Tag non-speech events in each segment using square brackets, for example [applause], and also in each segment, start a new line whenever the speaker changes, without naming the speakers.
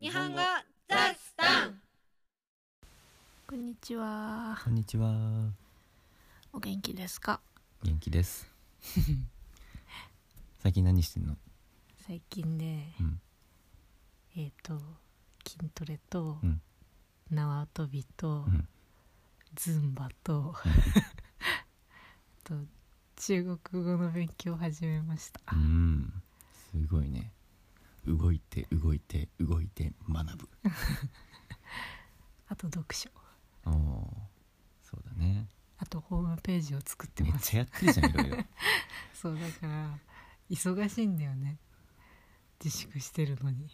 日本語ザスタン
こんにちは。
こんにちは。
お元気ですか
元気 [laughs] です。最近何してんの？
最近ね
うん。
えっ、と筋トレと、
うん
縄跳びと、
うん
ズンバ [laughs] と、あと中国語の勉強を始めました
うん。すごいね。動いて動いて動いて学ぶ。
あと読書
おお。そうだね。
あとホームページを作って
めっ
ます
ちゃやってるじゃんいろいろ。
そうだから忙しいんだよね自粛してるのに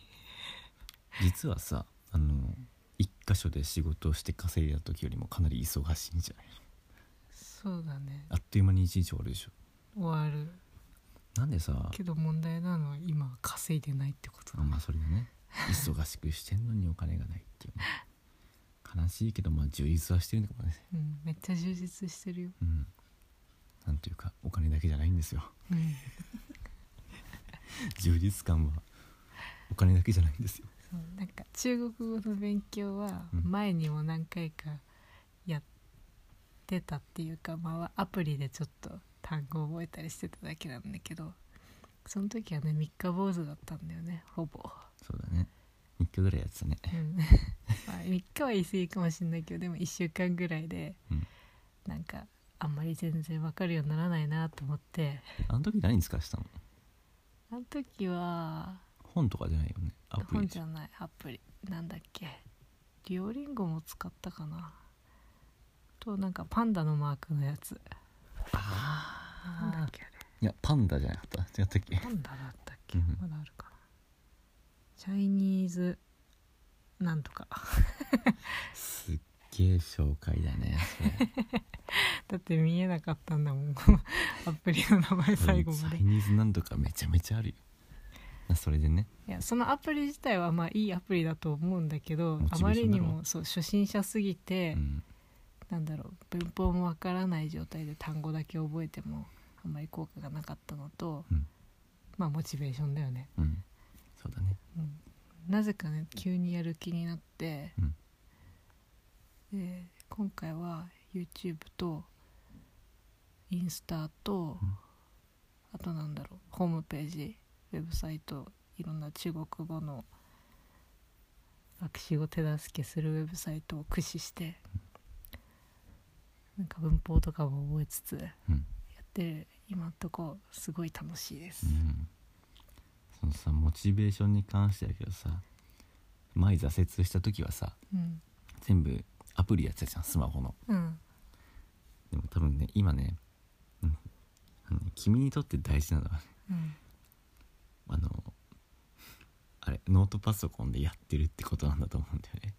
[laughs] 実はさ、あの一箇所で仕事をして稼いだ時よりもかなり忙しいんじゃない？
そうだね
あっという間に一日終わるでしょ。
終わる
なんでさ、
けど問題なのは今は稼いでないってこと
あ
だね
まあそれだね。忙しくしてんのにお金がないっていうね。悲しいけどまあ充実はしてるのかもね。
うんめっちゃ充実してるよ
うん、なんというかお金だけじゃないんですよ [laughs]
うん
充実感はお金だけじゃないんですよ
そうなんか中国語の勉強は
うん
前にも何回かやってたっていうか、まあ、アプリでちょっと単語を覚えたりしてただけなんだけどその時はね三日坊主だったんだよねほぼ、
そうだね3日ぐらいやってたね
うん [laughs] まあ、3日は言い過ぎかもしれないけどでも1週間ぐらいで、
うん
なんかあんまり全然わかるようにならないなと思って
あの時何使したの
あの時は
本とかじゃないよねアプリ
本
で
じゃないアプリなんだっけリオリンゴも使ったかなとなんかパンダのマークのやつなんだっけあれ
いやパンダじゃなかった違ったっけ
パンダだったっけ
うん
まだあるかなチャイニーズなんとか [laughs]
すっげえ紹介だね
だって見えなかったんだもんアプリの名前
それ
[laughs] 最後まで
チャイニーズなんとかめちゃめちゃあるよまあそれでね
いやそのアプリ自体はまあいいアプリだと思うんだけど
モ
あ
チベ
ま
ーショ
り
ンだ
に
ろ
もそう初心者すぎて、
うん
なんだろう文法もわからない状態で単語だけ覚えてもあんまり効果がなかったのと、
うん
まあモチベーションだよね、
うんそうだね
うんなぜかね急にやる気になって、で今回は YouTube とインスタと、
うん
あとなんだろうホームページウェブサイトいろんな中国語の学習を手助けするウェブサイトを駆使してなんか文法とかも覚えつつや
うん
って今んとこすごい楽しいです
う、んそのさモチベーションに関してだけどさ前挫折した時はさ
うん
全部アプリやってたじゃんスマホの
うん、
でも多分ね今ね、うん、あのね君にとって大事なのはね
うん
あのあれノートパソコンでやってるってことなんだと思うんだよね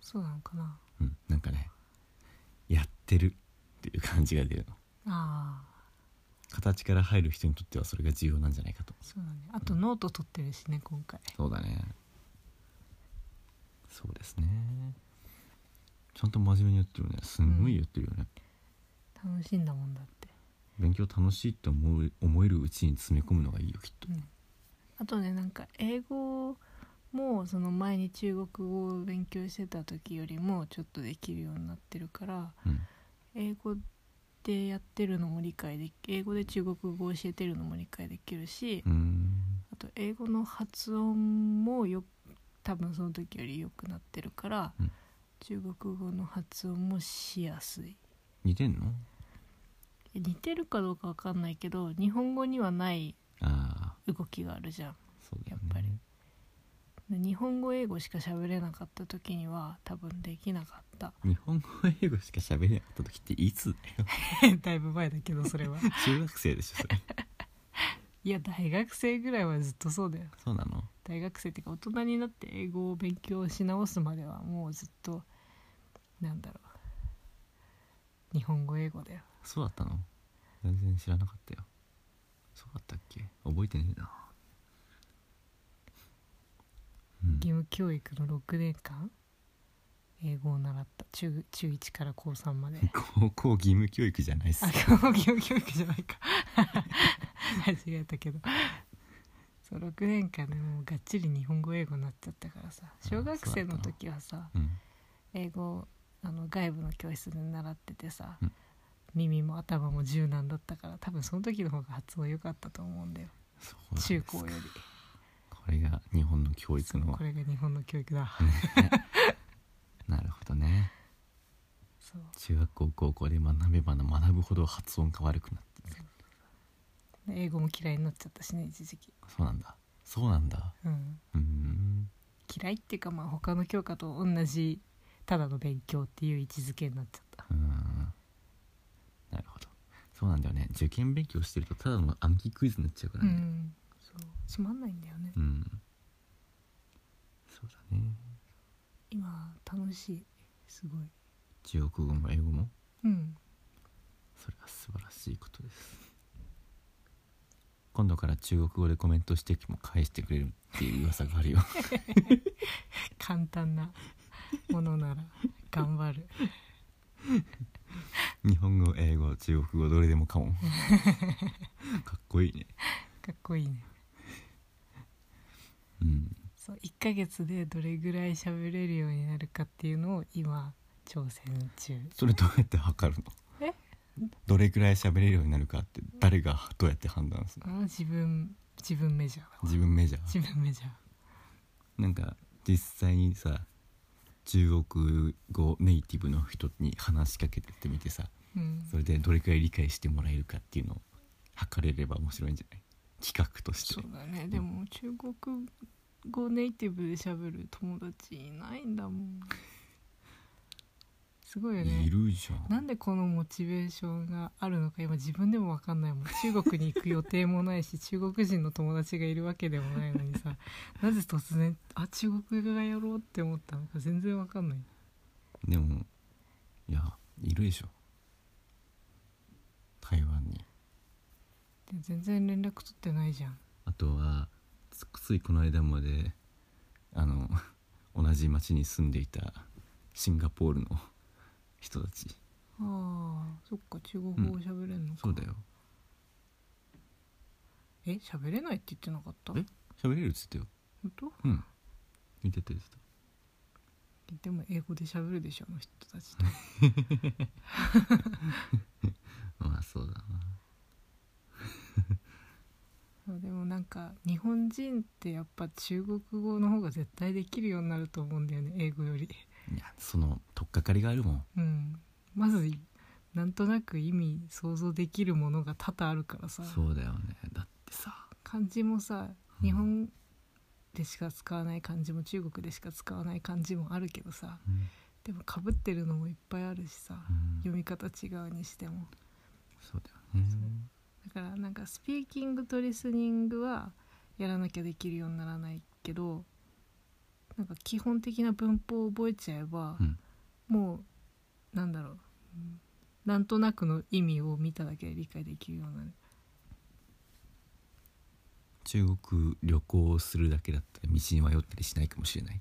そうなのかな
うんなんかねやってるっていう感じが出るの
ああ
形から入る人にとってはそれが重要なんじゃないかと
そうだねあとノート取ってるしね今回
そうだねそうですねちゃんと真面目にやってるねすんごいやってるよね、
楽しいんだもんだって、
勉強楽しいって思う思えるうちに詰め込むのがいいよきっと
うん、あとねなんか英語もその前に中国語を勉強してた時よりもちょっとできるようになってるから
うん
英語でやってるのも理解でき英語で中国語を教えてるのも理解できるし、
うーん
あと英語の発音もよ多分その時より良くなってるから、
うん
中国語の発音もしやすい
似てんの
似てるかどうかわかんないけど日本語にはない
ああ
動きがあるじゃん
そうだよね
やっぱりで日本語英語しか喋れなかった時には多分できなかった
日本語英語しか喋れなかった時っていつだ
[laughs]
よ
[laughs] だいぶ前だけどそれは
中学生でしょそれ
[laughs] いや大学生ぐらいはずっとそうだよ
そうなの
大学生っていうか大人になって英語を勉強し直すまではもうずっとなんだろう日本語英語だよ
そうだったの全然知らなかったよそうだったっけ覚えてねえなうん
義務教育の6年間英語を習った中中1から高3まで
高校義務教育じゃないっす
あ、義務教育じゃないか間違えたけどそそう6年間でもうがっちり日本語英語になっちゃったからさ小学生の時はさ
うん
英語あの外部の教室で習っててさ、
うん
耳も頭も柔軟だったから多分その時の方が発音良かったと思うんだよ
そうなんです
中高より
これが日本の教育の
これが日本の教育だ
なるほどね
そう
中学校高校で学べば学ぶほど発音が悪くなってる
で英語も嫌いになっちゃったしね一時期、
そうなんだそうなんだ
うん、
うーん
嫌いっていうかまあ他の教科と同じただの勉強っていう位置づけになっちゃった
うーんなるほどそうなんだよね受験勉強してるとただの暗記クイズになっちゃうから
う
ね、
んそうつまんないんだよね、
うんそうだね
今楽しいすごい
中国語も英語も
うん
それは素晴らしいことです今度から中国語でコメントしてきも返してくれるっていう噂があ
[laughs]
るよ
簡単なものなら頑張る
日本語英語中国語どれでも
[laughs]
かもかっこいいね
かっこいいね
うん
そう1ヶ月でどれぐらい喋れるようになるかっていうのを今挑戦中
それどうやって測るの
え
どれくらい喋れるようになるかって誰がどうやって判断する
あ
の
自分自分メジャーだ
自分メジャー
自分メジャー
なんか実際にさ中国語ネイティブの人に話しかけてってみてさ
うん
それでどれくらい理解してもらえるかっていうのを測れれば面白いんじゃない企画として
そうだねでも中国語ネイティブで喋る友達いないんだも [laughs] んすごいよ
い
ね
るじゃん
なんでこのモチベーションがあるのか今自分でも分かんないもん中国に行く予定もないし [laughs] 中国人の友達がいるわけでもないのにさなぜ突然あ中国語がやろうって思ったのか全然分かんない
でもいやいるでしょ台湾に
で全然連絡取ってないじゃん
あとはつついこの間まであの [laughs] 同じ町に住んでいたシンガポールの人たち
あーそっか中国語喋れんのか、
そうだよ
え喋れないって言ってなかった
え喋れるっつってよ
本当
うん見てて言ってた
でも英語で喋るでしょあの人たちと
まあそうだな
そうでもなんか日本人ってやっぱ中国語の方が絶対できるようになると思うんだよね英語より
いやその取っかかりがあるもん
うんまずなんとなく意味想像できるものが多々あるからさ
そうだよねだってさ
漢字もさ
うん
日本でしか使わない漢字も中国でしか使わない漢字もあるけどさ
うん、
でもかぶってるのもいっぱいあるしさ
うん
読み方違うにしても
そうだよね
だからなんかスピーキングとリスニングはやらなきゃできるようにならないけどなんか基本的な文法を覚えちゃえば、
うん
もうなんだろううんなんとなくの意味を見ただけで理解できるようになる
中国旅行をするだけだったら道に迷ったりしないかもしれない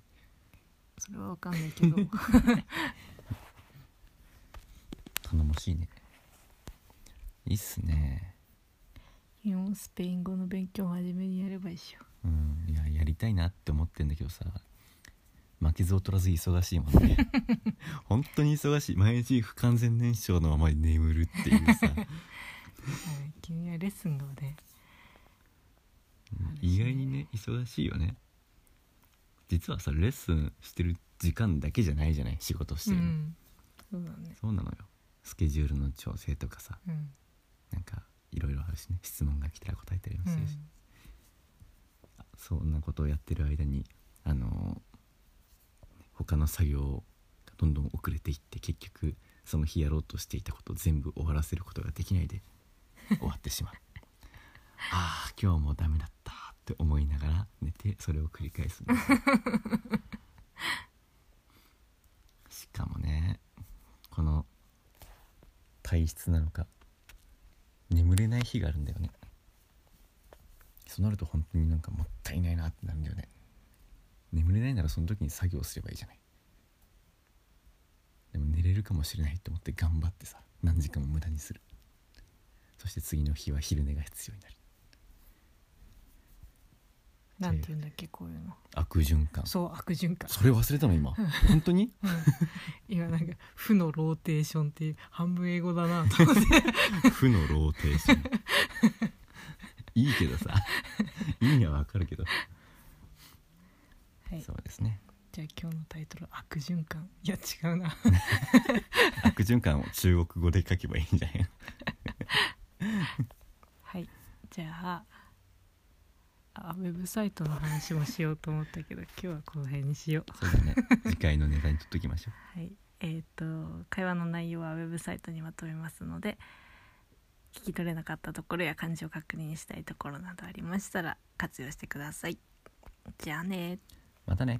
それはわかんないけど
頼もしいねいいっすね
[laughs] 日本スペイン語の勉強真面目にやればいいっしょ
うんいややりたいなって思ってんだけどさ負けず劣らず忙しいもん [laughs] ね本当に忙しい毎日不完全燃焼のままに眠るっていうさ
はい君はレッスンがね
意外にね忙しいよね実はさレッスンしてる時間だけじゃないじゃない仕事して
う
るの、
んそうだね
そうなのよスケジュールの調整とかさ
うん、
なんかいろいろあるしね質問が来たら答えたりも
う
するし、
ん、
そんなことをやってる間にあの他の作業がどんどん遅れていって結局その日やろうとしていたことを全部終わらせることができないで終わってしまう [laughs] ああ今日もダメだったって思いながら寝てそれを繰り返すんですよ [laughs] しかもねこの体質なのか眠れない日があるんだよねそうなると本当になんかもったいないなってなるんだよね眠れないならその時に作業すればいいじゃないでも寝れるかもしれないと思って頑張ってさ何時間も無駄にするそして次の日は昼寝が必要になる
なんて言うんだっけこういうの
悪循環そ
そう悪循環
れ忘れたの [laughs] 今本当に
今なんか「負のローテーション」っていう半分英語だなと思って
負のローテーションいいけどさ意味はわかるけど、
はい
そうですね
[laughs] じゃあ今日のタイトル「悪循環」いや違うな
悪循環を中国語で書けばいいんじゃない
はいじゃああウェブサイトの話もしようと思 [laughs] ったけど今日はこの辺にしよう
そうだね [laughs] 次回のネタにとっときましょ
はい、えっ、と会話の内容はウェブサイトにまとめますので聞き取れなかったところや漢字を確認したいところなどありましたら活用してください。じゃあね
うまたね